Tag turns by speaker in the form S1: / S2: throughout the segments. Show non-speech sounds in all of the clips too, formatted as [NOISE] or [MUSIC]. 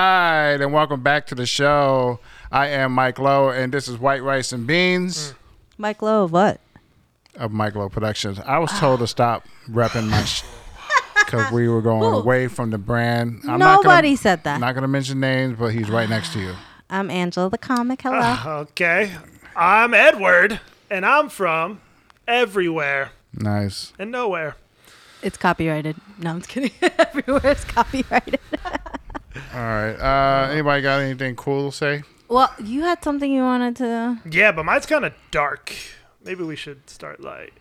S1: and welcome back to the show. I am Mike Lowe, and this is White Rice and Beans
S2: Mike Lowe of what? Mm.
S1: of Mike Lowe Productions. I was told to stop repping my
S2: [LAUGHS]
S1: because we were going away from the brand. I'm not gonna-
S2: Nobody said that.
S1: Not going to mention names, but he's right next to you.
S2: I'm Angela the comic. Hello.
S1: Ah.
S3: Okay. I'm Edward, and I'm from everywhere
S1: Nice.
S3: and nowhere.
S2: it's copyrighted. No, I'm just kidding. [LAUGHS] Everywhere is copyrighted.
S1: All right. Uh, anybody got anything cool to say?
S2: [LAUGHS] well, you had something you wanted to.
S3: Yeah, but mine's kind of dark. Maybe we should start light.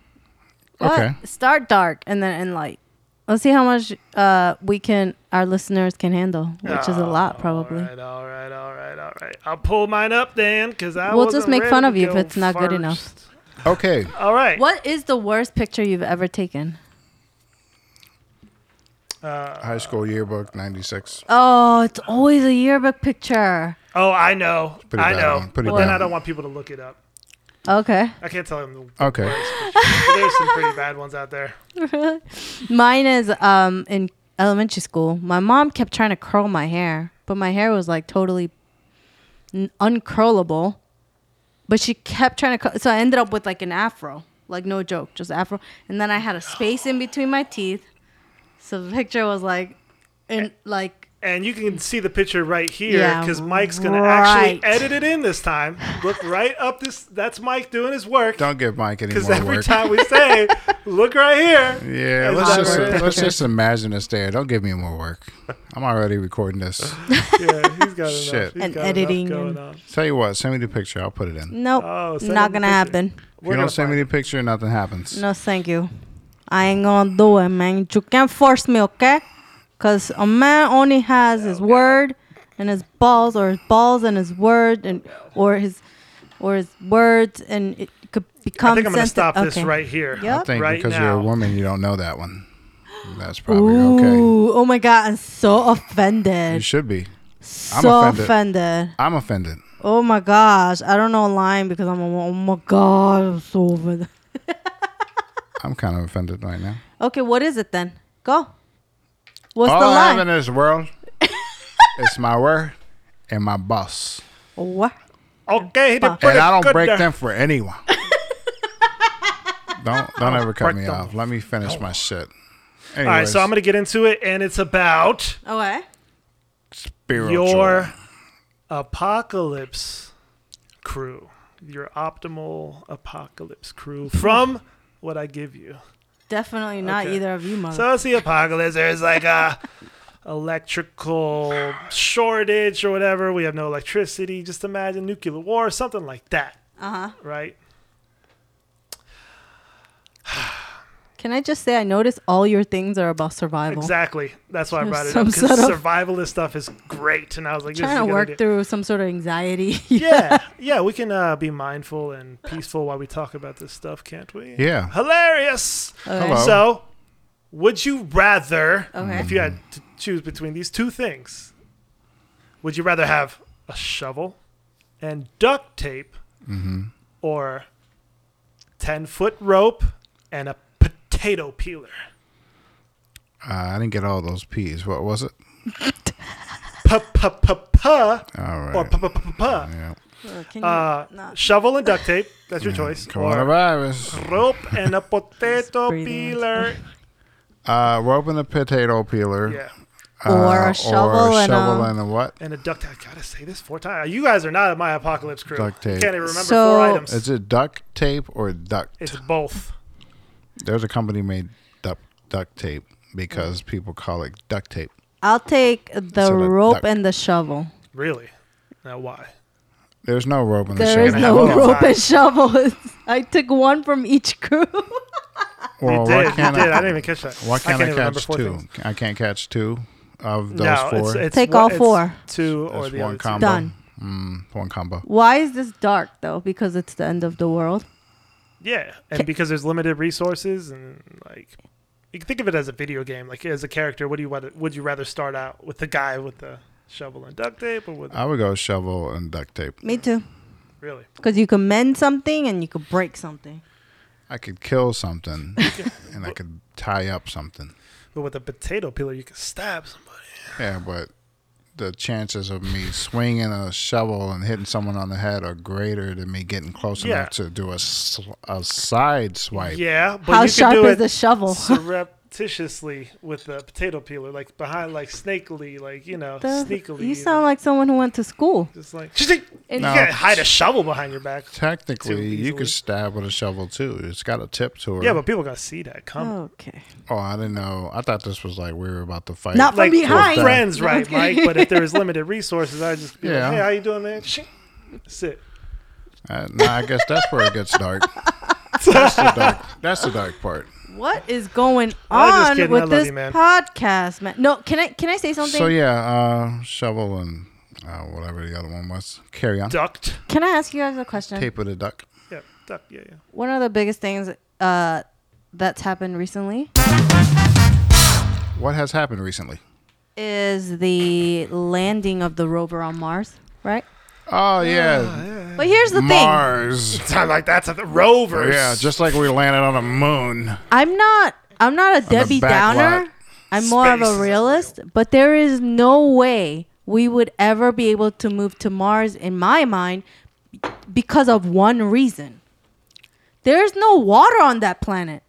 S1: Okay.
S2: What? Start dark and then end light. Let's see how much uh, we can, our listeners can handle, which
S1: Oh,
S2: is a lot probably.
S3: All right, all right, all right, all right. I'll pull mine up then, because I
S2: We'll
S3: wasn't
S2: just make
S3: ready
S2: fun
S3: to
S2: of you if
S3: go
S2: it's not good enough.
S3: first.
S1: Okay.
S3: All right.
S2: What is the worst picture you've ever taken?
S1: High school yearbook, 96.
S2: Oh, it's always a yearbook picture.
S3: Oh, I know.
S1: Put it
S3: I
S1: down,
S3: know.
S1: put it
S3: but then
S1: down.
S3: I don't want people to look it up.
S2: Okay.
S3: I can't tell them.
S1: Okay.
S3: There's some pretty bad ones out there.
S2: [LAUGHS] Mine is um in elementary school. My mom kept trying to curl my hair, but my hair was like totally n- uncurlable. But she kept trying to curl, so I ended up with like an afro, like no joke, just afro. And then I had a space in between my teeth, so the picture was like, in like
S3: And you can see the picture right here
S2: Yeah,
S3: because Mike's going to
S2: right.
S3: actually edit it in this time. Look right up this. That's Mike doing his work.
S1: Don't give Mike any
S3: Because
S1: more
S3: every
S1: work.
S3: time we [LAUGHS] say, look right here.
S1: yeah,
S3: It's
S1: let's
S3: not
S1: just
S3: worth it.
S1: let's just imagine it's there. Don't give me more work. I'm already recording this.
S3: [LAUGHS] Yeah, he's got enough.
S1: Shit.
S3: He's
S2: And
S3: got enough
S2: editing
S3: going
S2: and-
S3: on.
S1: Tell you what, send me the picture. I'll put it in.
S2: nope,
S3: Oh, send
S2: not
S3: him the
S2: gonna
S3: picture.
S2: happen.
S1: If you
S3: gonna
S1: don't send me
S3: find
S1: the picture, nothing happens.
S2: No, thank you. I ain't gonna do it, man. You can't force me, okay? Cause a man only has his word and his balls, or his balls and his word, and or his or his words, and it could
S3: I
S2: become.
S3: think I'm going to
S2: sensi-
S3: stop this
S2: okay.
S3: right here.
S2: Yep.
S1: I think
S3: Right
S1: because you're
S3: now.
S1: a woman, you don't know that one. That's probably okay.
S2: Ooh, oh my God! I'm so
S1: You
S2: offended.
S1: should be. I'm
S2: so
S1: offended.
S2: offended.
S1: I'm offended.
S2: Oh my gosh! I don't know lying because I'm. A, oh my God! I'm so offended.
S1: I'm kind of offended right now.
S2: Okay, what is it then? Go. What's
S1: All
S2: the
S1: Oh, I
S2: lie?
S1: have in this
S2: [LAUGHS]
S1: world is my word and my boss,
S2: what?
S3: Okay, he did
S1: and
S3: pretty
S1: I don't
S3: good
S1: break
S3: there.
S1: them for
S2: [LAUGHS]
S1: anyone. don't don't ever cut
S3: break
S1: me
S3: them.
S1: off. Let me finish my shit. Anyways,
S3: All right, so I'm going to get into it, and it's about
S2: Okay.
S1: spiritual.
S3: your apocalypse crew. Your optimal apocalypse crew from what I give you.
S2: Definitely not
S3: Okay.
S2: either of you, mother.
S3: So it's the apocalypse. There's like a electrical shortage or whatever. We have no electricity. Just imagine nuclear war, something like that,
S2: uh huh.
S3: right?
S2: Can I just say I notice all your things are about survival.
S3: Exactly. That's why I
S2: There's
S3: brought it
S2: some
S3: up
S2: sort
S3: because
S2: of-
S3: survivalist stuff is great, and I was like, this is
S2: Trying
S3: a
S2: to
S3: good
S2: work
S3: idea.
S2: through some sort of anxiety. [LAUGHS]
S3: Yeah, yeah, we can uh, be mindful and peaceful while we talk about this stuff, can't we?
S1: Yeah. uh,
S3: Hilarious.
S2: Okay.
S1: Hello.
S3: So, would you rather,
S2: Okay.
S3: if you had to choose between these two things, would you rather have a shovel and duct tape
S1: Mm-hmm.
S3: or 10 foot rope and a potato peeler?
S1: Uh, I didn't get all those P's. What was it?
S3: Pa pa pa pa
S1: All right.
S3: or pa pa pa pa.
S1: yeah.
S2: Uh, Can you
S3: Uh,
S2: not-
S3: shovel and duct tape. That's your choice. Or
S1: Coronavirus.
S3: rope
S2: [LAUGHS]
S3: and a potato
S1: [LAUGHS]
S2: breathing.
S3: peeler.
S1: Uh, rope and a potato peeler.
S3: Yeah.
S1: Uh,
S2: Or a shovel
S1: or
S2: and um,
S1: shovel
S2: a-
S1: and a what?
S3: And a duct tape. I gotta say this four times. You guys are not at my apocalypse crew.
S1: Duct tape.
S3: You can't even remember
S2: So-
S3: four items.
S1: Is it duct tape or duct?
S3: It's both.
S1: There's a company made duct duct tape because
S3: Mm-hmm.
S1: people call it duct tape.
S2: I'll take
S1: So
S2: the
S1: the
S2: rope
S1: duck-
S2: and the shovel.
S3: Really? Now why?
S1: There's no rope in the
S2: There is
S1: shovel.
S2: no
S3: Hold on.
S2: rope and shovel. [LAUGHS] It's- I took one from each crew. [LAUGHS]
S1: Well,
S3: you did.
S1: Oh, why can't
S3: you
S1: I,
S3: did. I didn't even catch that.
S1: why can't I,
S3: even remember
S1: catch two?
S3: things.
S1: I can't catch two of those
S3: no,
S1: four.
S3: It's, it's
S2: Take
S3: one-
S2: all
S3: it's
S2: four.
S3: two or
S1: That's
S3: the
S1: one
S3: other
S1: combo.
S2: Done.
S1: Mm, one combo.
S2: Why is this dark though? Because it's the end of the world.
S3: two. Yeah,
S2: Okay.
S3: and because there's limited resources and like. You can think of it as a video game. Like as a character, what do you rather, would you rather start out with the guy with the shovel and duct tape, or with
S1: I would go shovel and duct tape.
S2: Me too.
S3: really?
S2: Because you can mend something and you can break something.
S1: I could kill
S3: [LAUGHS]
S1: something and I could tie up something.
S3: But with a potato peeler, you can stab somebody.
S1: Yeah, but the chances of me swinging a shovel and hitting someone on the head are greater than me getting close
S3: Yeah.
S1: enough to do a, sl- a side swipe.
S3: Yeah, but
S2: How
S3: you
S2: sharp
S3: can do
S2: is
S3: it
S2: the shovel?
S3: surreptitiously with the potato peeler, like behind, like snakily, like you know,
S2: [LAUGHS] The-
S3: sneakily.
S2: you sound like someone who went to school.
S3: just like just like-
S2: And-
S1: No.
S3: you can't hide a shovel behind your back. Too
S1: Technically, you
S3: easily.
S1: could stab with a shovel too. It's got a tip to it.
S3: Yeah, but people are gonna see that coming.
S2: Okay.
S1: oh, I didn't know. I thought this was like we were about to fight.
S2: Not from
S3: Like we're
S2: behind.
S3: friends, right,
S2: Okay.
S3: Mike? But if there was limited resources, I'd just be
S1: Yeah.
S3: like, "Hey, how you doing, man?" Sit.
S1: Uh, no, I guess that's where it gets
S3: [LAUGHS]
S1: dark. That's the dark. That's the dark part.
S2: What is going
S3: I'm just
S2: on
S3: kidding. I
S2: with
S3: love
S2: this
S3: you, man.
S2: podcast, man? No, can I can I say something?
S1: So yeah, uh, shovel and uh, whatever the other one was. Carry on.
S3: Ducked.
S2: Can I ask you guys a question?
S1: Tape of the duck.
S3: Yeah, duck. Yeah, yeah.
S2: One of the biggest things uh, that's happened recently
S1: What has happened recently?
S2: is the landing of the rover on Mars, right?
S1: Oh
S3: Ah,
S1: yeah,
S2: But here's the thing:
S1: Mars.
S3: [LAUGHS] Sound like that's a the rovers.
S1: Yeah, just like we landed on the moon.
S2: I'm not I'm not a Debbie
S1: back
S2: Downer.
S1: lot.
S2: I'm more of
S3: Space
S2: a
S3: is
S2: realist. But there is no way we would ever be able to move to Mars, in my mind, because of one reason. There's no water on that planet.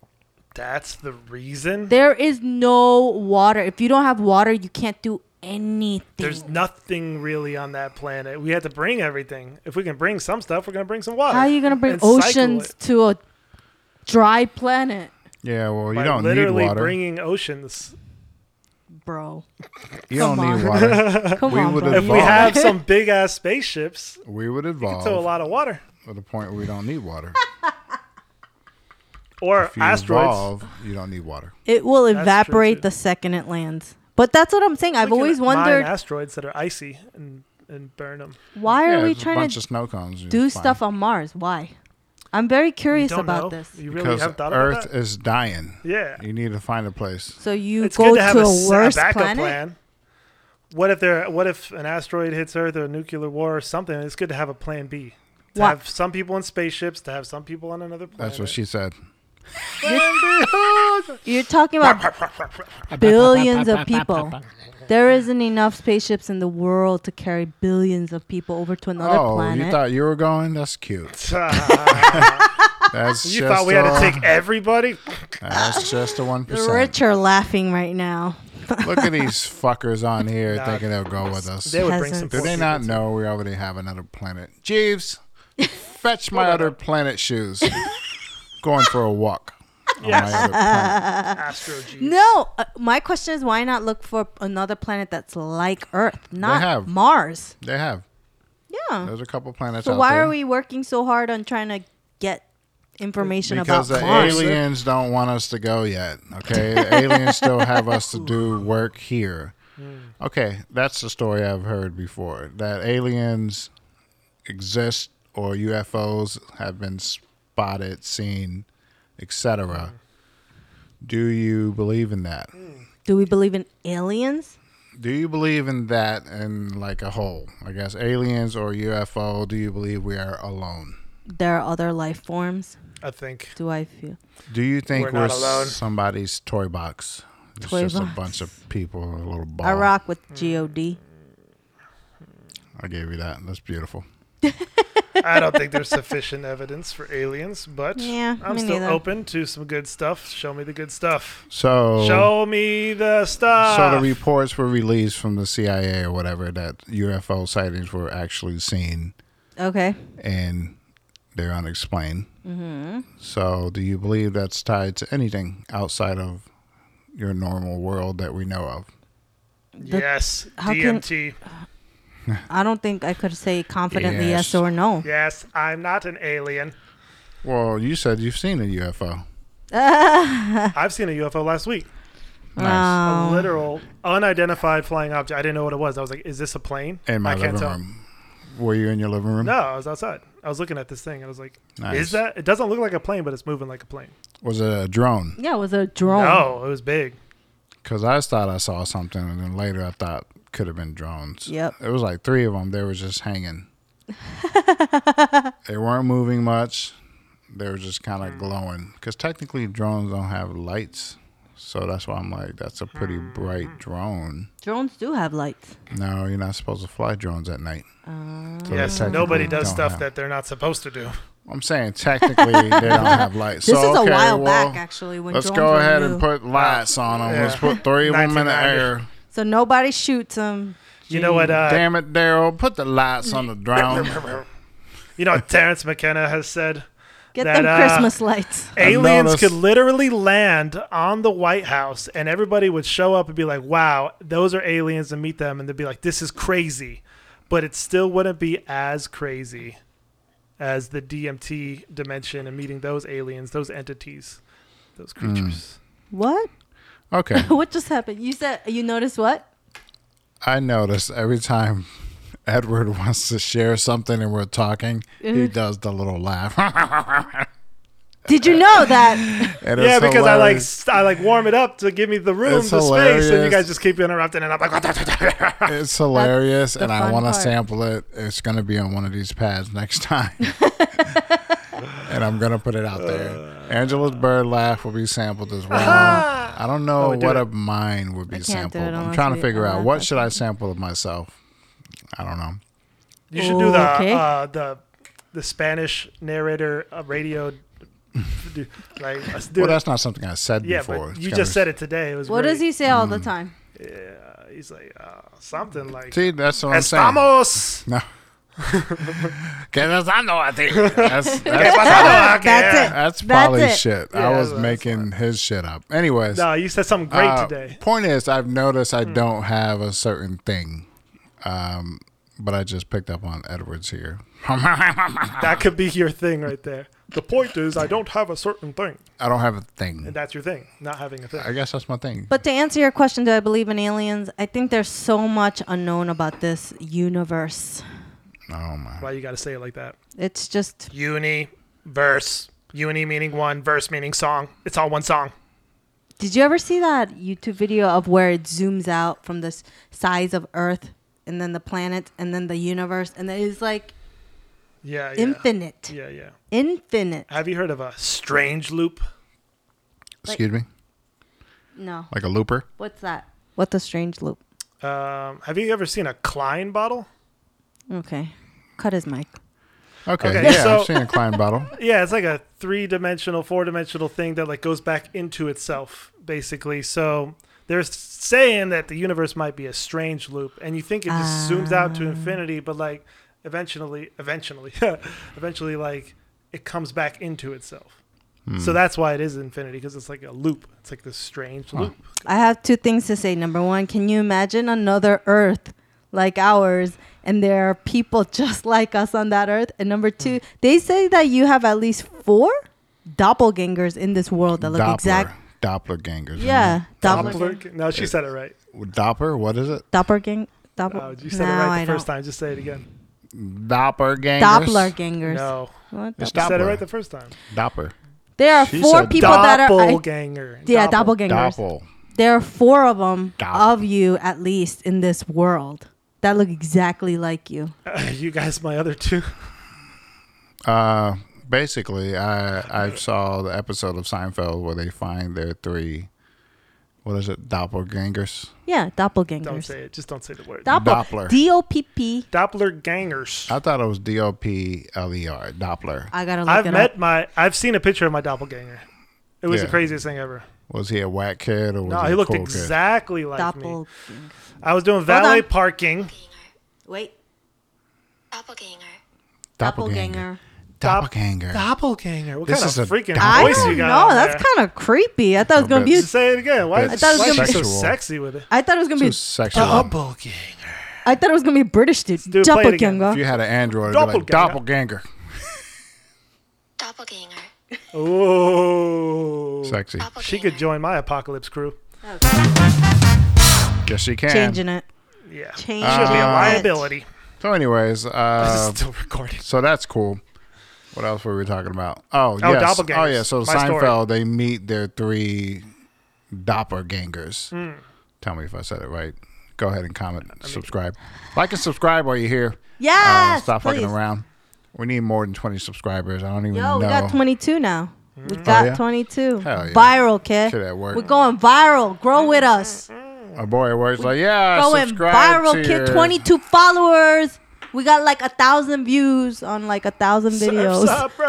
S3: that's the reason.
S2: There is no water. If you don't have water, you can't do anything.
S3: There's nothing really on that planet. We had to bring everything. If we can bring some stuff, we're gonna bring some water.
S2: How are you gonna bring
S3: and cycle
S2: oceans
S3: it.
S2: to a dry planet,
S1: Yeah, well, you
S3: By
S1: don't need
S3: literally
S1: water.
S3: bringing oceans.
S2: bro?
S1: you don't
S2: Come
S1: need
S2: on. [LAUGHS]
S1: water. [LAUGHS]
S2: Come
S1: We
S2: on,
S1: would
S2: bro.
S1: have
S3: If we
S1: Evolve.
S3: have some big ass spaceships,
S1: We would evolve
S3: to a lot of water
S1: to the point where we don't need water.
S3: or
S1: If you
S3: asteroids.
S1: evolve, you don't need water.
S2: it will
S3: true, too.
S2: evaporate the second it lands. But that's what I'm saying. I've
S3: We can
S2: always
S3: mine
S2: wondered
S3: asteroids that are icy and and burn them.
S2: why
S1: yeah,
S2: are we
S1: there's a
S2: trying
S1: bunch
S2: to
S1: of snow cones.
S2: do stuff on Mars? Why? I'm very curious
S3: don't
S2: about
S3: know.
S2: this.
S3: You really
S1: because
S3: have thought
S1: Earth
S3: about that?
S1: is dying.
S3: Yeah,
S1: You need to find a place.
S2: So you
S3: it's
S2: go
S3: good
S2: to,
S3: to have
S2: a,
S3: a, s- a
S2: worse
S3: backup
S2: planet.
S3: plan. What if there? What if an asteroid hits Earth or a nuclear war or something? It's good to have a plan B. To
S2: Why-
S3: have some people in spaceships, to have some people on another planet.
S1: That's what she said.
S2: You're talking about billions of people. There isn't enough spaceships in the world to carry billions of people over to another
S1: oh,
S2: planet.
S1: you thought you were going? That's cute. [LAUGHS]
S2: [LAUGHS]
S3: [LAUGHS]
S1: That's
S3: Ah, you
S1: just uh,
S3: thought we had
S1: all-
S3: to
S1: [LAUGHS]
S3: take everybody?
S1: That's just the one
S2: the
S1: percent.
S2: rich are laughing right now.
S1: Look at these
S2: [LAUGHS]
S1: fuckers on here
S3: Nah,
S1: thinking they'll go with us.
S3: They would bring some.
S2: Peasants.
S1: Do
S3: poor
S1: they
S3: people
S1: not
S3: to-
S1: know we already have another planet? Jeeves,
S3: [LAUGHS]
S1: fetch my other planet shoes. Going for a walk. on my other planet.
S3: Astro G.
S2: No, uh, my question is why not look for another planet that's like Earth, not
S1: have.
S2: Mars?
S1: They have.
S2: Yeah.
S1: There's a couple planets
S2: So
S1: out
S2: why
S1: there.
S2: are we working so hard on trying to get information
S1: because
S2: about
S1: the
S2: Mars?
S1: aliens don't want us to go yet. Okay, the aliens still have us to do work here. Okay, that's the story I've heard before. That aliens exist or UFOs have been spotted, seen, etc. Do you believe in that?
S2: Do we believe in aliens?
S1: Do you believe in that in like a whole? I guess aliens or UFO. Do you believe we are alone?
S2: There are other life forms.
S3: I think.
S2: Do I feel?
S1: Do you think
S3: We're
S1: we're,
S3: not alone.
S1: somebody's toy box? It's
S2: Toy
S1: just
S2: box.
S1: a bunch of people in a little ball.
S2: I rock with God.
S1: I gave you that. That's beautiful.
S3: I don't think there's sufficient evidence for aliens, but
S2: Yeah,
S3: I'm
S2: me
S3: still
S2: neither.
S3: open to some good stuff. Show me the good stuff.
S1: So,
S3: Show me the stuff.
S1: so Oh. the reports were released from the CIA or whatever that UFO sightings were actually seen
S2: Okay.
S1: and they're unexplained.
S2: Mm-hmm.
S1: So, do you believe that's tied to anything outside of your normal world that we know of?
S2: the-
S3: yes,
S2: how can-
S3: DMT.
S2: I don't think I could say confidently
S1: Yes.
S2: yes, or no.
S3: Yes, I'm not an alien.
S1: Well, you said you've seen a UFO.
S2: Uh.
S3: I've seen a UFO last week.
S1: Nice.
S3: A
S2: Um,
S3: literal unidentified flying object. I didn't know what it was. I was like, "Is this a plane?"
S1: In my
S3: I can't
S1: living
S3: tell.
S1: room. Were you in your living room?
S3: No, I was outside. I was looking at this thing. I was like,
S1: Nice.
S3: "Is that?" It doesn't look like a plane, but it's moving like a plane.
S1: Was it a drone?
S2: yeah, it was a drone.
S3: No, it was big.
S1: Because I thought I saw something, and then later I thought could have been drones.
S2: Yep.
S1: It was like three of them. They were just
S2: [LAUGHS]
S1: hanging. they weren't moving
S3: Hmm.
S1: much. They were just kind of glowing. Because technically, drones don't have lights. So that's why I'm like, that's a pretty
S3: Hmm.
S1: bright drone.
S2: Drones do have lights.
S1: No, you're not supposed to fly drones at night.
S2: Oh.
S1: So they
S3: Yes,
S1: technically
S3: nobody does
S1: don't
S3: stuff
S1: have-
S3: that they're not supposed to do.
S1: I'm saying technically they don't
S2: [LAUGHS]
S1: have lights.
S2: This
S1: so,
S2: is a
S1: okay,
S2: while
S1: well,
S2: back, actually. When
S1: Let's
S2: drones
S1: go
S2: were
S1: ahead and
S2: new.
S1: put lights on them. Let's
S3: Yeah.
S1: put three of them
S3: [LAUGHS]
S1: in the
S3: 1990.
S1: air.
S2: So nobody shoots them.
S3: You know what? Uh,
S1: Damn it, Daryl! Put the lights on the drone.
S3: you know what Terrence McKenna has said?
S2: Get
S3: That,
S2: them
S3: uh,
S1: [LAUGHS]
S2: Christmas lights.
S3: Aliens
S1: noticed-
S3: could literally land on the White House and everybody would show up and be like, wow, those are aliens and meet them. And they'd be like, this is crazy. But it still wouldn't be as crazy as the DMT dimension and meeting those aliens, those entities, those
S1: Hmm.
S3: creatures.
S2: What?
S1: Okay,
S2: [LAUGHS] what just happened? You said you noticed what?
S1: I notice every time [LAUGHS] Edward wants to share something and we're talking,
S2: Mm-hmm.
S1: he does the little laugh. [LAUGHS]
S2: Did you know that?
S1: And
S3: Yeah,
S1: it's
S3: because I like
S1: hilarious.
S3: s- I like warm it up to give me the room,
S1: It's
S3: the space, and you
S1: hilarious.
S3: guys just keep interrupting, and I'm like,
S2: [LAUGHS]
S1: it's hilarious,
S2: the
S1: and I
S2: fun
S1: want to
S2: part.
S1: sample it. It's gonna be on one of these pads next [LAUGHS]
S2: [LAUGHS]
S1: time, and I'm gonna put it out there.
S2: Uh.
S1: Angela's bird laugh will be sampled as well.
S2: Uh-huh.
S1: I don't know
S2: Oh,
S3: we do
S1: what
S3: it.
S1: of mine would be
S2: can't do
S1: sampled.
S2: it
S1: I'm
S2: unless
S1: trying to
S2: we-
S1: figure out
S2: unless
S1: what
S2: I
S1: should I sample of myself. I don't know.
S3: You should do the
S2: Oh, Okay.
S3: uh, the the Spanish narrator uh, radio. [LAUGHS] do- like let's do
S1: well,
S3: it.
S1: that's not something I said
S3: yeah,
S1: before.
S3: but you just said it today. It was
S2: what
S3: really-
S2: does he say all
S1: Mm.
S2: the time?
S3: Yeah, he's like uh, something like
S1: See, that's what I'm
S3: [LAUGHS]
S1: saying.
S2: [LAUGHS]
S3: "Estamos."
S1: No. Que pasando a
S3: [LAUGHS]
S1: ti? That's, that's,
S3: Pasando
S2: That's it.
S1: that's
S2: That's
S1: probably
S2: it.
S1: shit.
S3: Yeah,
S1: I was
S3: that's-
S1: making his shit up. Anyways,
S3: No, you said something great
S1: uh,
S3: today. Hmm.
S1: point is, I've noticed I don't have a certain thing, um, but I just picked up on Edwards here. [LAUGHS] I
S3: That could be your thing right there. The point is, I don't have a certain thing,
S1: don't have a
S3: and
S1: thing.
S3: that's your thing. Not having a thing.
S1: I guess that's my thing.
S2: But to answer your question, do I believe in aliens? I think there's so much unknown about this universe.
S1: Oh my!
S3: Why you got to say it like that?
S2: It's just
S3: Uni verse. Uni meaning one, verse meaning song. It's all one song.
S2: Did you ever see that YouTube video of where it zooms out from the s- size of Earth and then the planet and then the universe and then it's like
S3: Yeah, yeah.
S2: infinite,
S3: Yeah, Uh, yeah.
S2: infinite.
S3: Have you heard of a strange loop?
S1: Excuse me,
S2: No,
S1: like a looper.
S2: what's that? What's a strange loop?
S3: Um, have you ever seen a Klein bottle?
S2: Okay, cut his mic.
S1: Okay,
S3: Okay,
S1: yeah,
S3: so-
S1: I've seen a Klein bottle.
S3: Yeah, it's like a three-dimensional, four-dimensional thing that like goes back into itself, basically. So they're saying that the universe might be a strange loop, and you think it just zooms out
S2: Ah.
S3: to infinity, but like eventually, eventually, [LAUGHS] eventually, like it comes back into itself. So that's why it is infinity because it's like a loop. It's like this strange loop.
S2: I have two things to say. Number one, can you imagine another Earth like ours and there are people [LAUGHS] just like us on that Earth? And number two,
S3: Hmm.
S2: they say that you have at least four doppelgangers in this world that [LAUGHS] look
S1: Doppler,
S2: exact.
S1: dopplergangers. isn't
S2: Yeah, doppelganger.
S3: Doppler. No, she said it right.
S1: it? Doppler. What is it?
S2: Doppelgang. Doppel-
S3: Oh, you said
S2: no,
S3: it right the
S2: I don't.
S3: first time. Just say it again.
S1: Dopplergangers.
S2: Doppelgangers.
S3: No,
S2: What
S1: It's
S2: the-
S3: you said it
S1: Doppler.
S3: right the first time.
S1: Dopper.
S2: there are
S1: She
S2: four
S1: said
S2: people that are. I-
S3: doppelganger.
S2: yeah,
S3: Doppel-
S2: doppelgangers.
S1: Doppel.
S2: There are four of them
S1: Doppel.
S2: of you at least in this world that look exactly like you.
S3: [LAUGHS] you guys, my other two. [LAUGHS]
S1: Uh, basically, I I saw the episode of Seinfeld where they find their three, what is it, doppelgangers?
S2: Yeah,
S3: Don't
S2: doppelgangers.
S3: say it. Just don't say the word.
S2: Doppel.
S1: Doppler.
S2: D O P P.
S3: Doppler gangers.
S1: I thought it was D O P L E R, Doppler.
S2: I gotta look
S3: I've
S2: it
S3: met
S2: up.
S3: my. I've seen a picture of my doppelganger. It was
S1: Yeah.
S3: the craziest thing ever.
S1: Was he a whack kid or was
S3: No,
S1: he,
S3: he
S1: a
S3: looked
S1: cool
S3: exactly like me.
S2: Doppel.
S3: I was doing valet
S2: on.
S3: parking.
S2: Wait.
S4: Doppelganger.
S1: kid? Doppelganger.
S2: Doppelganger.
S1: Doppelganger.
S3: Doppelganger. What
S1: This
S3: kind
S1: is
S3: of
S1: a
S3: freaking
S1: doppel-
S2: I
S3: voice
S2: don't
S3: you got?
S2: know.
S3: on
S2: That's
S3: there?
S2: kind of creepy. I thought it was gonna be.
S1: Just
S3: Just say it again. Why,
S1: I
S3: is,
S1: thought it
S3: why
S1: was
S3: are you so
S1: sexual.
S3: sexy with it?
S2: I thought it was gonna
S1: Too
S2: be.
S1: sexual.
S3: Doppelganger.
S2: I thought it was gonna be British dude.
S3: do it, play it again.
S1: if
S2: Doppelganger.
S1: you had an android, it'd be like, doppelganger.
S4: Doppelganger.
S3: Oh,
S1: Sexy.
S4: Doppelganger.
S3: she could join my apocalypse crew.
S1: Yes, she can.
S2: Changing it.
S3: Yeah,
S2: Changing
S1: Ah.
S3: she'll be a
S2: it.
S3: liability.
S1: So, anyways,
S3: this
S1: uh,
S3: is still recording.
S1: So that's cool. What else were we talking about? Oh,
S3: Oh,
S1: yes.
S3: doppelgangers.
S1: Oh, yeah. So
S3: My story.
S1: Seinfeld, they meet their three doppelgangers.
S3: Hmm.
S1: Tell me if I said it right. Go ahead and comment, subscribe, like and subscribe while you're here.
S2: Yes.
S1: Uh, stop
S2: please.
S1: fucking around. We need more than 20 subscribers. I don't even
S2: Yo,
S1: know.
S2: we got 22 now. We got
S1: Mm-hmm. Oh, yeah?
S2: 22.
S1: Hell yeah.
S2: Viral, kid.
S1: Kid at work.
S2: We're going viral. Grow with us.
S1: A boy at work's like, yeah,
S2: Going
S1: subscribe
S2: viral,
S1: to
S2: kid.
S1: your-
S2: 22 followers. We got like a thousand views on like a thousand videos.
S3: Surf's up, bro.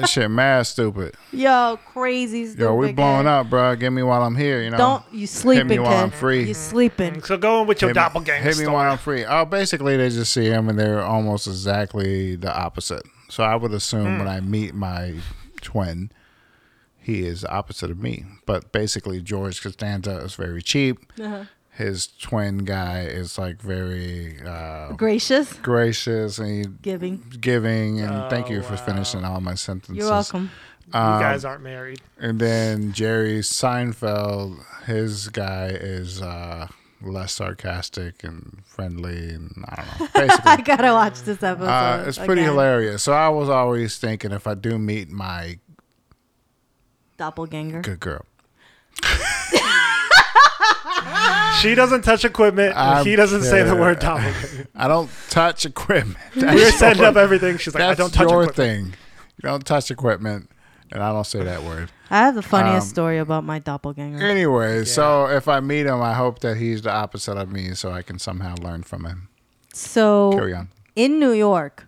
S1: That shit mad stupid.
S2: [LAUGHS] Yo, crazy.
S1: Yo, we
S2: stupid
S1: blowing
S2: kid.
S1: up, bro. Get me while I'm here, you know.
S2: Don't you sleeping,
S1: Hit me while I'm
S2: kid.
S1: free.
S2: You sleeping.
S3: so go in with your
S1: Hit me-
S3: doppelganger
S1: Hit me
S3: story.
S1: while I'm free. Oh, basically, they just see him and they're almost exactly the opposite. So I would assume
S3: Hmm.
S1: when I meet my twin, he is the opposite of me. But basically, George Costanza is very cheap.
S2: Uh-huh.
S1: His twin guy is like very uh,
S2: Gracious.
S1: gracious and he
S2: Giving.
S1: giving and thank
S3: Oh,
S1: you for
S3: wow.
S1: finishing all my sentences.
S2: You're welcome. [LAUGHS]
S3: you guys aren't married.
S1: And then Jerry Seinfeld, his guy is uh, less sarcastic and friendly, and I don't
S3: [LAUGHS]
S1: know.
S2: I
S1: Basically,
S2: gotta watch this episode.
S1: uh, it's pretty
S2: again.
S1: hilarious. So I was always thinking if I do meet my
S2: Doppelganger.
S1: good girl,
S3: She doesn't touch equipment. and
S1: I'm
S3: he doesn't say the
S1: kidding.
S3: word doppelganger.
S1: I don't touch equipment.
S3: we [LAUGHS] were
S1: [LAUGHS] That's,
S3: setting up everything. She's like,
S1: that's
S3: I don't touch
S1: your
S3: equipment.
S1: thing. You don't touch equipment, and I don't say that
S3: [LAUGHS]
S1: word.
S2: I have the funniest
S1: Um,
S2: story about my doppelganger.
S1: Anyway, so if I meet him, I hope that he's the opposite of me, so I can somehow learn from him.
S2: So
S1: Carry on.
S2: in New York,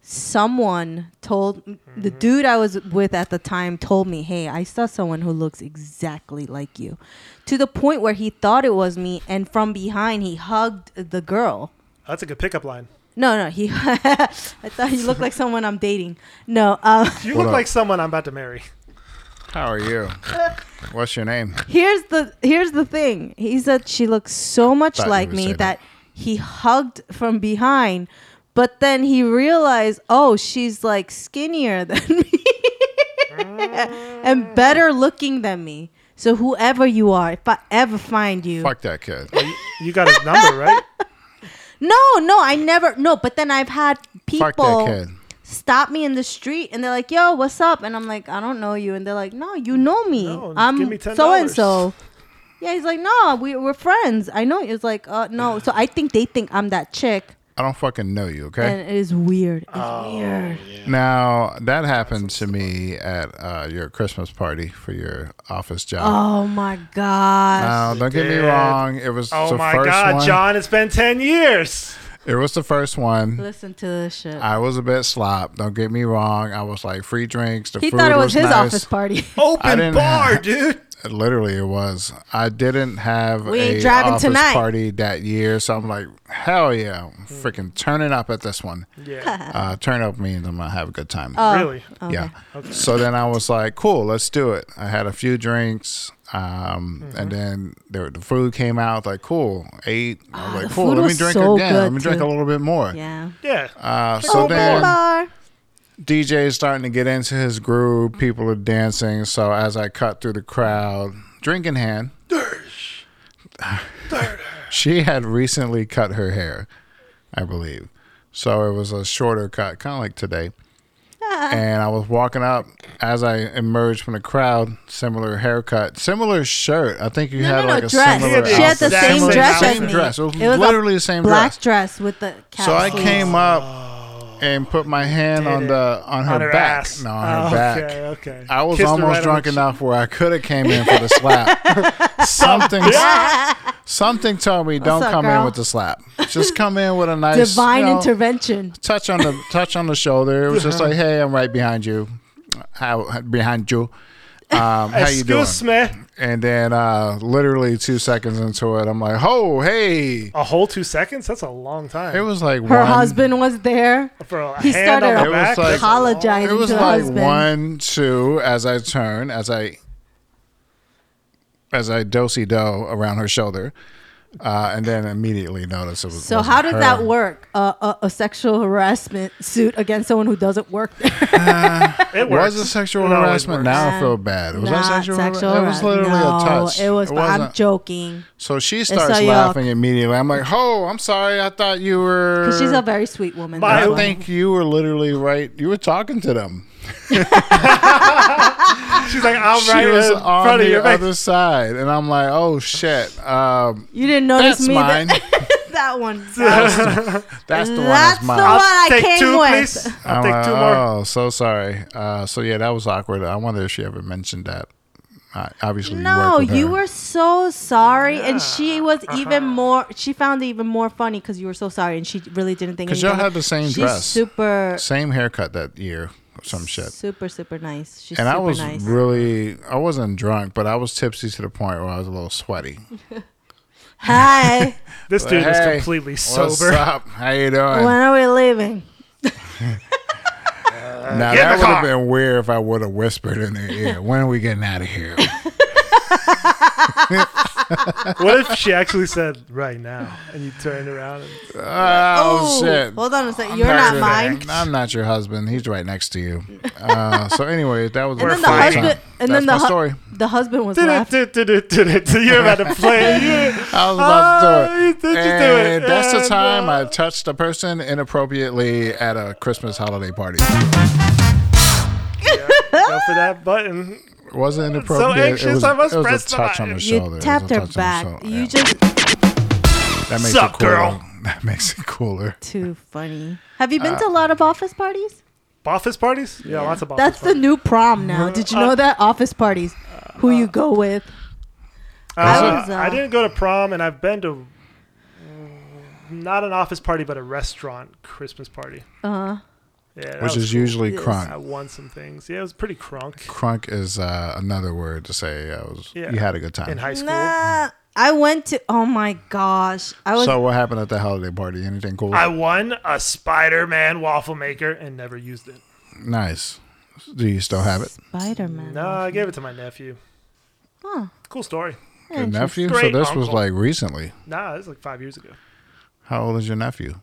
S2: someone told the dude I was with at the time told me, "Hey, I saw someone who looks exactly like you," to the point where he thought it was me, and from behind he hugged the girl.
S3: That's a good pickup line.
S2: No, no, he. [LAUGHS] I thought he looked like someone I'm dating. No, um, [LAUGHS]
S3: You
S1: What
S3: look
S1: up?
S3: like someone I'm about to marry.
S1: How are
S3: [LAUGHS]
S1: you? What's your name?
S2: here's the here's the thing. He said she looks so much
S1: Thought you
S2: like
S1: would
S2: me
S1: say
S2: that
S1: that.
S2: he hugged from behind, but then he realized, oh, she's like skinnier [LAUGHS] than me and better looking than me. So whoever you are, if I ever find you,
S1: Fuck that kid.
S3: You got his
S1: [LAUGHS]
S3: number, right?
S2: no, no, I never, no. But then I've had
S1: Fuck that
S2: people.
S1: kid.
S2: stop me in the street and they're like, "Yo, what's up?" And I'm like, "I don't know you." And they're like, "No, you know me.
S3: No, give me
S2: I'm
S3: $10.
S2: so and so." Yeah, he's like, "No, we we're friends. I know." you." It's like, "Uh, no." So I think they think I'm that chick,
S1: I don't fucking know you, okay?
S2: and it is weird. It's
S3: Oh,
S2: weird.
S1: now that happened to me at uh, your Christmas party for your office job.
S2: Oh my gosh.
S1: now, don't get me
S3: did.
S1: wrong. It was
S3: Oh
S1: the
S3: my
S1: first
S3: God,
S1: one.
S3: John! It's been ten years.
S1: It was the first one.
S2: Listen to this shit.
S1: I was a bit slop. Don't get me wrong. I was like free drinks. The
S2: he
S1: food
S2: thought it was, his
S1: nice.
S2: office party. [LAUGHS]
S1: I
S3: Open
S1: didn't
S3: bar,
S1: have-
S3: dude.
S1: Literally, it was. I didn't have
S2: We ain't
S1: a
S2: driving
S1: office
S2: tonight.
S1: party that year, so I'm like, hell yeah,
S3: Mm.
S1: I'm freaking turning up at this one.
S3: [LAUGHS]
S2: [LAUGHS]
S3: Yeah,
S1: Uh, turn up means I'm gonna have a good
S2: Oh,
S1: time.
S3: really.
S1: Yeah. So then I was like, cool, let's do it. I had a few drinks. Um, and then there, the food came out like, cool, eight. I was
S2: Ah, the
S1: like, cool,
S2: food
S1: let me
S2: was
S1: drink
S2: so
S1: again. Let
S2: good,
S1: me drink
S2: too.
S1: a little bit more.
S2: yeah.
S3: Yeah.
S1: Uh, so
S2: Open
S1: then
S2: bar.
S1: DJ is starting to get into his groove. People are dancing. So as I cut through the crowd, drink in hand, she had recently cut her hair, I believe. So it was a shorter cut, kind of like today.
S2: Ah.
S1: and I was walking up as I emerged from the crowd, similar haircut, similar shirt. I think you
S2: No,
S1: had
S2: no,
S1: like
S2: no,
S1: a
S2: dress.
S1: similar
S2: She had the
S1: outfit.
S2: same
S1: Similar
S2: dress as
S1: same
S2: me.
S1: dress. It was,
S2: It was a
S1: literally the same
S2: Black
S1: dress.
S2: dress with the cap.
S1: So I
S2: sleeves.
S1: came up and put my hand on
S3: it.
S1: the on her,
S3: On her
S1: back.
S3: ass.
S1: No, on her
S3: Oh,
S1: back.
S3: okay, okay.
S1: I was
S3: Kissed her
S1: almost
S3: right on
S1: drunk
S3: the cheek.
S1: enough where I could have came in
S3: [LAUGHS]
S1: for the slap. something something told me don't
S2: up,
S1: come
S2: girl?
S1: in with the slap. Just come in with a nice
S2: Divine
S1: you know,
S2: intervention.
S1: touch on the touch on the shoulder. It was just like, hey, I'm right behind you. How behind you? Um, how you doing?
S3: Excuse me.
S1: And then, uh, literally two seconds into it, I'm like, "Oh, hey!"
S3: A whole two seconds? That's a long time.
S1: It was like
S2: Her
S1: one,
S2: husband was there.
S3: For a
S2: He
S3: hand on
S2: started
S1: It
S3: the
S1: was like-
S3: back. that's a long-
S2: apologizing
S1: It was
S2: to her
S1: like
S2: husband.
S1: one, two. As I turn, as I as I dosey do around her shoulder, uh, and then immediately notice it was.
S2: So
S1: wasn't
S2: how does
S1: her.
S2: that work? Uh, a, a sexual harassment suit against someone who doesn't work
S1: [LAUGHS]
S2: there.
S3: It
S1: Was
S3: works.
S1: it sexual
S3: It always
S1: harassment?
S3: works.
S1: Now I feel bad. Was that
S2: Not
S1: sexual?
S2: sexual
S1: harassment? it was literally
S2: harass-
S1: a
S2: no,
S1: touch.
S2: It was. I'm
S1: wasn't-
S2: joking
S1: So she starts
S2: a yuck.
S1: laughing immediately. I'm like, "Oh, I'm sorry. I thought you were."
S2: because she's a very sweet woman.
S3: My-
S1: I
S2: that's
S3: Iowa.
S2: why.
S1: think you were literally right. You were talking to them.
S3: She's like, I'm
S1: she
S3: right
S1: was
S3: in
S1: on
S3: front of
S1: the
S3: your face.
S1: other side, and I'm like, "Oh shit, um,
S2: you didn't notice
S1: that's
S2: me. [LAUGHS]
S1: mine."
S2: That,
S1: [LAUGHS]
S2: that one. That
S1: That's
S2: was-
S1: the one
S2: That's
S1: that's
S2: the
S1: mine.
S2: one I came with.
S3: I'll
S1: I'm
S3: take two
S1: like,
S3: more.
S1: Oh, so sorry. Uh, so yeah, that was awkward. I wonder if she ever mentioned that. I, obviously, you
S2: No,
S1: work with
S2: you
S1: her.
S2: were so sorry, and she
S3: Yeah.
S2: was
S1: Uh-huh.
S2: even more. She found it even more funny because you were so sorry, and she really didn't think.
S1: 'Cause
S2: anything
S1: y'all
S2: of it.
S1: had the same
S2: She's
S1: dress.
S2: Super,
S1: same haircut that year or some shit.
S2: super, super nice. She's
S1: And I
S2: super
S1: was
S2: nice.
S1: really, I wasn't drunk, but I was tipsy to the point where I was a little sweaty. [LAUGHS]
S2: Hi,
S3: This dude is
S1: Hey,
S3: completely
S1: What's
S3: sober.
S1: up? How you doing?
S2: when are we leaving?
S1: now
S3: Get in the
S1: that would have
S3: car.
S1: been weird if I would have whispered in her ear, "When are we getting out of
S2: [LAUGHS]
S1: here?"
S3: [LAUGHS] what if she actually said right now and you turned around and
S1: oh, shit!
S2: Hold on a second.
S1: I'm
S2: You're not
S1: your-
S2: mine.
S1: I'm not your husband. He's right next to you. Uh, so anyway, that was
S2: And
S1: my
S2: then the
S1: first time.
S2: husband. And
S1: That's
S2: then the
S1: my
S2: hu-
S1: story.
S2: The husband was [LAUGHS] left.
S3: [LAUGHS] You're about to play.
S2: [LAUGHS]
S3: Yeah.
S1: I was about to do
S3: Ah,
S1: it.
S3: did you do it?
S1: And that's the
S3: And,
S1: time
S3: uh,
S1: I touched a person inappropriately at a Christmas holiday party.
S3: Go for that button.
S1: It wasn't inappropriate.
S3: anxious,
S1: it was,
S3: I must
S1: it was
S3: press
S1: a
S3: the
S1: touch on
S3: button.
S1: the
S2: You
S1: shoulder. It was a
S2: tapped
S1: touch
S2: her
S1: on the
S2: back.
S1: shoulder.
S2: You
S1: Yeah.
S2: just
S1: that makes
S3: Sup,
S1: it cooler.
S3: girl?
S1: [LAUGHS] That makes it cooler.
S2: too funny. Have you been to a lot of office parties?
S3: Office parties? Yeah, lots of office
S2: That's the
S3: parties.
S2: new prom now. Did you
S3: Uh,
S2: know that office parties? Who you go with?
S3: I,
S2: I was, uh,
S3: I didn't go to prom, and I've been to mm, not an office party, but a restaurant Christmas party.
S2: Uh,
S3: Yeah, that
S1: Which
S3: was
S1: is usually
S2: Yes.
S1: crunk.
S3: I won some things. Yeah, it was pretty crunk
S1: Crunk is uh, another word to say uh, was,
S3: Yeah.
S1: you had a good time.
S3: in high school.
S2: nah, I went to. Oh my gosh, I was.
S1: so what happened at the holiday party? Anything cool?
S3: I won a Spider-Man waffle maker and never used it.
S1: nice. Do you still have it?
S2: Spider Man.
S3: No, I gave it to my nephew.
S2: Huh.
S3: Cool story.
S1: Your nephew? So
S3: Great
S1: this was
S3: uncle.
S1: like recently.
S3: Nah, it was like five years ago.
S1: How old is your nephew?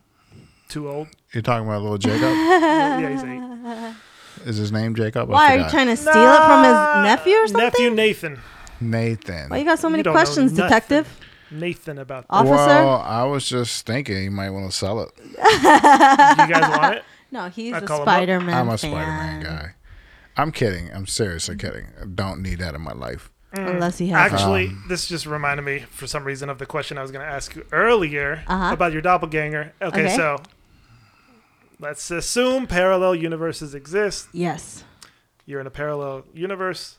S3: Too
S2: [LAUGHS]
S3: old.
S1: You're talking about little Jacob?
S3: yeah, he's eight.
S1: is his name Jacob? I
S2: Why are you
S1: forgot.
S2: trying to steal it from
S3: Nah,
S2: his nephew or something?
S3: Nephew Nathan.
S1: Nathan.
S2: Why you got so many
S3: don't know
S2: questions,
S3: nothing.
S2: detective?
S3: Nathan about that.
S2: Officer?
S1: Well, I was just thinking you might want to sell it.
S3: You
S2: [LAUGHS]
S3: guys want it?
S2: No, he's
S3: I
S2: a
S3: call him up.
S2: Spider Man.
S1: I'm a Spider Man guy. I'm kidding. I'm seriously kidding. I don't need that in my life.
S2: Unless
S3: Mm.
S2: he has.
S3: Actually, this just reminded me for some reason of the question I was going to ask you earlier
S2: Uh-huh.
S3: about your doppelganger. Okay,
S2: Okay.
S3: so let's assume parallel universes exist.
S2: Yes.
S3: You're in a parallel universe.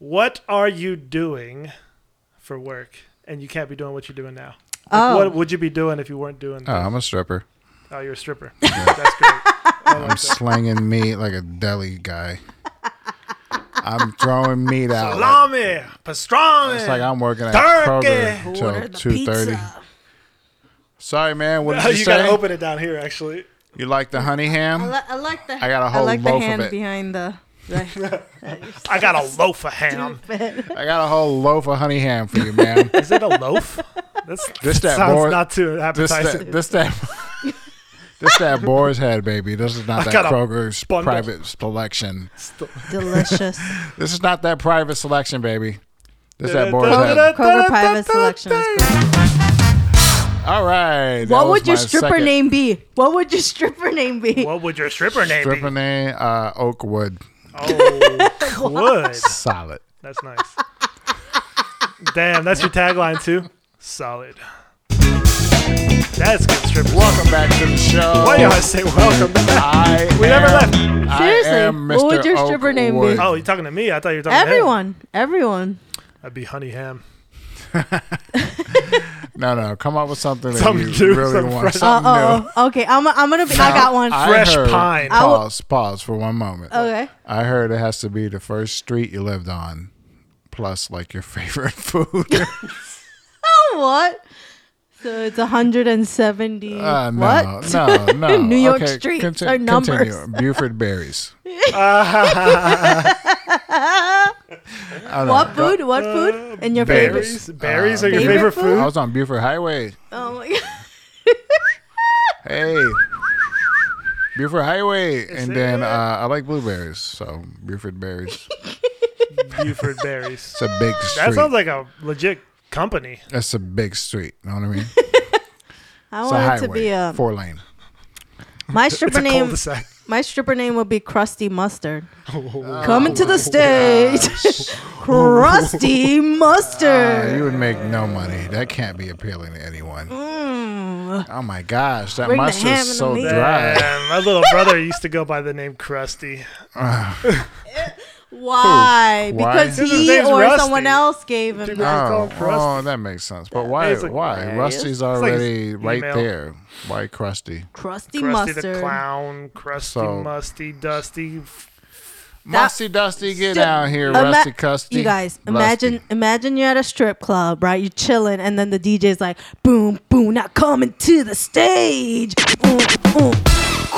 S3: What are you doing for work? And you can't be doing what you're doing now. Like,
S2: Oh.
S3: What would you be doing if you weren't doing?
S1: Oh, I'm a stripper.
S3: oh, you're a
S1: [LAUGHS]
S3: stripper. That's great. I
S1: I'm
S2: [LAUGHS]
S3: like that.
S1: slinging meat like a deli guy. I'm throwing meat out. Like,
S3: Salami, pastrami.
S1: it's
S3: [LAUGHS]
S1: like I'm working at
S3: Turkey.
S1: Kroger till two thirty. Sorry, man. What did you,
S3: [LAUGHS] you
S1: say?
S3: gotta open it down here, actually.
S1: You like the honey
S2: I,
S1: ham?
S2: li- I like the.
S1: I got a whole
S2: like
S1: loaf
S2: the
S1: of
S2: hand
S1: it.
S2: behind the. [LAUGHS] the
S3: I got a loaf
S1: [LAUGHS]
S3: of ham.
S1: I got a whole loaf of honey ham for you,
S3: [LAUGHS]
S1: man.
S3: Is it a loaf? That's,
S1: [LAUGHS] This that
S3: sounds
S1: more-
S3: not too
S1: this
S3: appetizing.
S1: that this that [LAUGHS] this that boar's head, baby. This is not
S3: I
S1: that
S3: got a
S1: Kroger's
S3: bundle.
S1: private selection.
S2: [LAUGHS]
S1: [LAUGHS]
S2: delicious.
S1: This is not that private selection, baby. This is that boar's head.
S2: Kroger private selection is great.
S1: [LAUGHS] All right. that
S2: What
S1: was
S2: would your
S1: my
S2: stripper
S1: second
S2: name be? What would your [LAUGHS] stripper name be?
S3: What would your stripper name
S1: Stripper
S3: be?
S1: name, uh, Oakwood.
S3: Oh, wood.
S1: Solid. [LAUGHS]
S3: That's nice. Damn, that's your tagline too. Solid. That's good stripper.
S1: Welcome back to the show.
S3: Why do you always say welcome? back?
S1: I
S3: We never
S1: am-
S3: left.
S1: I
S2: Seriously,
S1: am
S2: what would
S1: Mr.
S2: your stripper name be?
S1: Oakwood.
S3: Oh, you're talking to me? I thought you were
S2: [LAUGHS]
S3: talking
S2: Everyone, everyone.
S3: to him. I'd be honey ham.
S1: No, no. Come up with something that
S3: Something
S1: you
S3: new,
S1: really
S3: something
S1: want.
S3: fresh.
S2: Uh
S1: Something new.
S2: oh. Okay, I'm. I'm gonna be. I got one.
S1: I
S3: Fresh
S1: heard-
S3: pine.
S2: I Oh, will-
S1: Pause, pause for one moment.
S2: okay.
S1: I heard it has to be the first street you lived on, plus like your favorite [LAUGHS]
S2: [LAUGHS]
S1: food.
S2: Oh what? So it's 170.
S1: uh, no,
S2: what? [LAUGHS]
S1: no, no.
S2: New York
S1: okay,
S2: streets
S1: conti-
S2: are numbers.
S1: Continue. Buford
S2: [LAUGHS]
S1: berries. I, don't
S2: What
S1: know.
S2: food? What food? And your favorite?
S3: Berries. Berries are your
S2: favorite
S3: favorite, food.
S1: I was on Buford Highway.
S2: Oh my [LAUGHS] god.
S1: Hey. Buford Highway, and then
S3: it?
S1: uh, I like blueberries, so Buford Berries.
S3: Buford [LAUGHS] berries.
S1: It's a
S2: [LAUGHS]
S1: big street.
S3: That sounds like a legit company.
S1: That's a big street. You know what I
S2: [LAUGHS]
S1: mean?
S2: I
S1: It's a
S2: want
S1: highway,
S2: Oh, it to be um, a
S1: four lane.
S2: my stripper name.
S3: [LAUGHS] Cul-de-sac.
S2: My stripper name would be
S1: [LAUGHS]
S2: Krusty Mustard.
S1: Oh,
S2: Coming to the stage, [LAUGHS] Krusty
S1: Uh,
S2: Mustard.
S1: you would make no money. That can't be appealing to anyone. Oh my gosh, that
S2: Mm. Bring the ham and
S1: mustard's
S2: the
S1: so
S2: meat.
S1: dry.
S3: Damn, my little brother used to go by the name Krusty.
S2: Why?
S1: Who?
S2: Because
S1: Why?
S3: His
S2: he
S3: name's
S2: or
S3: Rusty.
S2: someone else gave him.
S3: Dude,
S2: that.
S3: call
S1: Oh,
S3: him Krusty.
S1: oh, that makes sense. But why?
S3: It's like-
S1: why? Rusty's
S3: like
S1: already
S3: his
S1: right
S3: email.
S1: there. Why crusty?
S2: Crusty
S3: Krusty the
S2: mustard.
S3: Clown, Krusty
S1: So-
S3: Musty, Dusty. f-
S1: Musty Dusty, get
S2: Sti-
S1: out here,
S2: Ima-
S1: Rusty Custy.
S2: You guys,
S1: Rusty.
S2: imagine imagine you're at a strip club, right? You're chilling, and then the DJ's like, boom, boom, now coming to the stage. Boom, boom.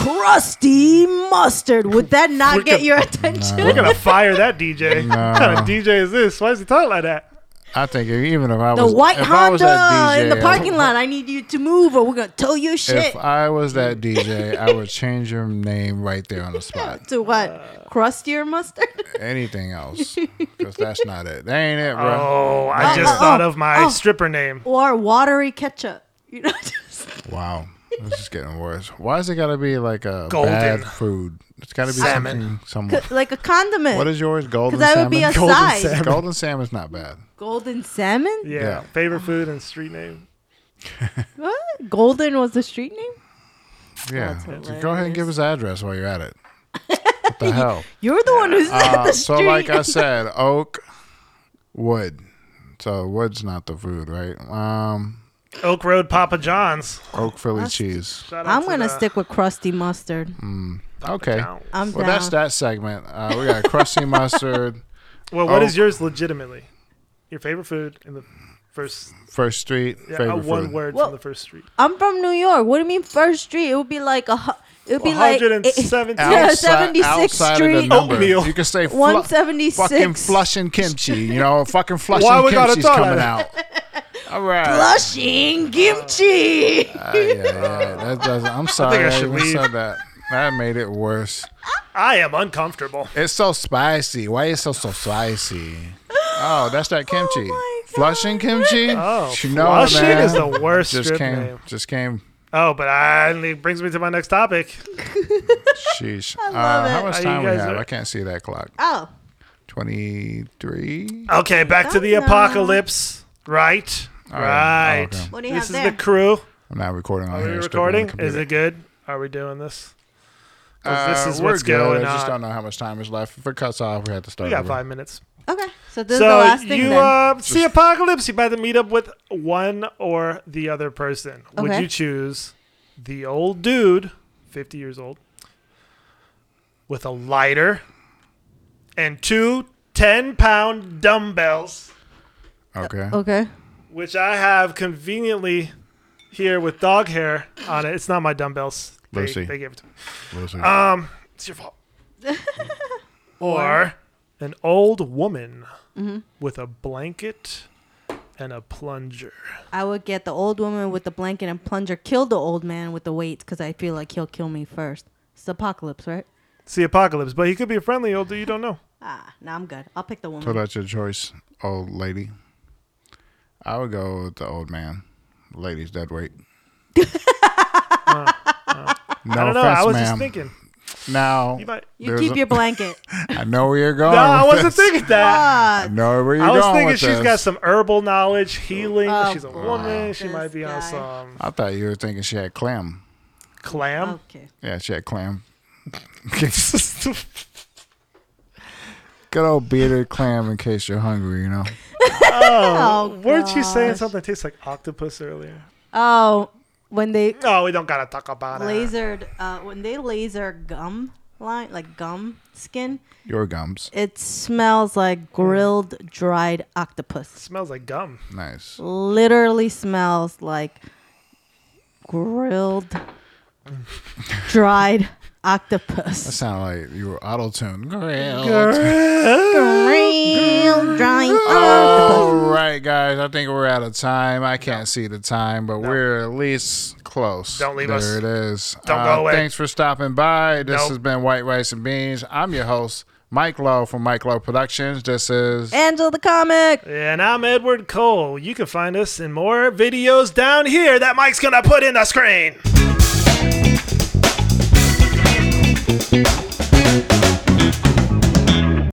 S2: Crusty mustard. Would that not
S1: [LAUGHS]
S2: get your attention?
S3: We're [LAUGHS] gonna fire that DJ. What kind of DJ is this? Why is he talking like that?
S1: I think if- even if I
S2: The
S1: was
S2: white
S1: if I was
S2: Honda
S1: that DJ,
S2: in the parking
S1: I-
S2: lot. I need you to move, or we're gonna tow your shit.
S1: If I was that DJ, I would change your name right there on the spot.
S2: to what? Crustier mustard? [LAUGHS]
S1: Anything else? Because that's not it. That ain't it, bro.
S3: Oh, I
S2: Oh,
S3: just
S2: oh,
S3: thought
S2: oh,
S3: of my
S2: oh.
S3: stripper name.
S2: or watery ketchup? You know, [LAUGHS] just
S1: Wow, this is getting worse. Why is it gotta be like a
S3: Golden.
S1: bad food? It's gotta be
S3: Salmon.
S1: something. Someone.
S2: c- like a condiment.
S1: What is yours? Golden
S2: Because that
S1: salmon.
S2: would be a
S3: Golden
S2: side.
S3: salmon.
S1: Golden salmon's not bad.
S2: Golden salmon?
S3: Yeah,
S1: Yeah.
S3: favorite food and street name.
S2: What? Golden was the street name?
S1: Yeah.
S2: That's
S1: Go ahead and give us address while you're at it. What
S2: [LAUGHS]
S1: the hell?
S2: You're the one who's at
S1: Uh,
S2: the
S1: so,
S2: street.
S1: like I said, oak, wood. So wood's not the food, right? Um,
S3: Oak Road Papa John's.
S1: oak Philly cheese.
S3: Shout out
S2: [LAUGHS] I'm
S3: to
S2: gonna
S1: uh,
S3: the
S2: stick with crusty mustard.
S1: Okay.
S3: John's.
S2: I'm
S1: Mm. Well,
S2: down.
S1: that's that segment. Uh, we got crusty
S2: [LAUGHS]
S1: mustard.
S3: Well, what is
S1: Oak.
S3: yours legitimately? Your favorite food in the first
S1: First Street
S3: yeah,
S1: favorite
S3: uh, one
S1: food.
S3: word
S2: Well,
S3: from the first street.
S2: I'm from New York. What do you mean first street? It would be like a. hu- It would be like [LAUGHS]
S1: Outside,
S3: 117.
S2: Yeah, 76th
S1: outside Of the
S2: Street.
S1: number.
S3: Oatmeal.
S1: You can say flu-
S2: 176.
S1: fucking flushing kimchi. You know, fucking flushing
S3: Why we gotta
S1: kimchi's
S3: talk
S1: coming out.
S3: like [LAUGHS]
S1: All right.
S2: Flushing kimchi.
S1: Uh, yeah, yeah. That doesn't,
S3: [LAUGHS]
S1: I'm sorry. I,
S3: should
S1: even
S3: leave.
S1: said that. That made it worse.
S3: I am uncomfortable.
S1: It's so spicy. Why is it so spicy? Oh, that's that kimchi.
S2: my God.
S1: Flushing kimchi?
S3: Oh,
S1: You know,
S3: flushing
S1: man,
S3: is the worst
S1: Just
S3: strip
S1: came.
S3: name.
S1: Just came.
S3: Oh, but I, it brings me to my next topic.
S1: Sheesh.
S2: love
S1: uh,
S2: it.
S1: How much
S3: Are you
S1: time we
S3: guys
S1: have?
S3: are-
S1: I can't see that clock.
S2: Oh,
S1: 23?
S3: Okay, back to the
S2: Donna.
S3: apocalypse. Right,
S1: Oh,
S3: right.
S1: okay.
S2: what do you
S3: This is
S2: have there?
S3: the crew.
S1: I'm not recording on
S3: Are we
S1: here. It's
S3: recording?
S1: still on the
S3: Is
S1: computer.
S3: it good? Are we doing this? 'Cause
S1: Uh,
S3: this is
S1: we're
S3: what's
S1: good.
S3: going
S1: I just
S3: on.
S1: don't know how much time is left. If it cuts off, we have to start.
S3: We got
S1: over.
S3: five minutes.
S2: okay, so this
S3: so
S2: is the last thing.
S3: you
S2: then.
S3: uh, see apocalypse. You either meet up with one or the other person. Would
S2: Okay.
S3: you choose the old dude, fifty years old, with a lighter and two 10 pound dumbbells,
S1: Okay.
S2: okay.
S3: which I have conveniently here with dog hair on it. It's not my dumbbells. They,
S1: Lucy.
S3: they gave it to me.
S1: We'll see.
S3: Um, It's
S2: [LAUGHS]
S3: your fault. or an old woman
S2: Mm-hmm.
S3: with a blanket and a plunger.
S2: I would get the old woman with the blanket and plunger. Kill the old man with the weights because I feel like he'll kill me first. It's the apocalypse, right?
S3: It's the apocalypse, but he could be a friendly old dude you don't know.
S2: Ah, now I'm good. I'll pick the
S1: So
S2: woman.
S1: that's your choice, old lady. I would go with the old man. Lady's dead
S3: [LAUGHS]
S1: weight. no
S3: I don't know.
S1: offense,
S3: I was
S1: ma'am.
S3: just thinking.
S1: Now
S3: You might.
S2: You
S1: there's
S2: keep
S1: a-
S2: your
S3: [LAUGHS]
S2: blanket.
S1: I know where you're going.
S3: No, I
S1: with this.
S3: wasn't thinking that.
S1: I
S2: Ah,
S1: know where Oh, you're
S3: I was
S1: going
S3: thinking
S1: with
S3: she's
S1: this.
S3: got some herbal knowledge, healing.
S2: Oh,
S3: she's a woman. She
S2: this
S3: might be on
S2: guy.
S3: some
S1: I thought you were thinking she had clam.
S3: clam.
S2: okay.
S1: Yeah, she had
S3: [LAUGHS]
S1: clam. [LAUGHS] Good old bearded clam in case you're hungry, you know.
S2: Oh,
S3: Weren't you saying
S2: gosh.
S3: something that tastes like octopus earlier?
S2: Oh, when they
S3: No, we don't gotta talk about it.
S2: lasered, uh, when they laser gum line, like gum skin,
S1: Your gums.
S2: it smells like grilled dried octopus.
S3: Smells like gum.
S2: [LAUGHS]
S1: Nice.
S2: Literally smells like grilled dried
S1: That
S2: octopus.
S1: sounded like you were auto tuned.
S2: Grilled dried
S1: All
S2: octopus.
S1: right, guys. I think we're out of time. I can't see the time, but we're at least close.
S3: Don't leave
S1: there
S3: us.
S1: it is. Uh,
S3: Don't go away.
S1: Thanks for stopping by. This
S3: Nope.
S1: has been White Rice and Beans. I'm your host, Mike Lowe from Mike Lowe Productions. This is.
S2: Angela the comic.
S3: And I'm Edward Cole. You can find us in more videos down here that Mike's gonna put in the screen.
S1: Bye.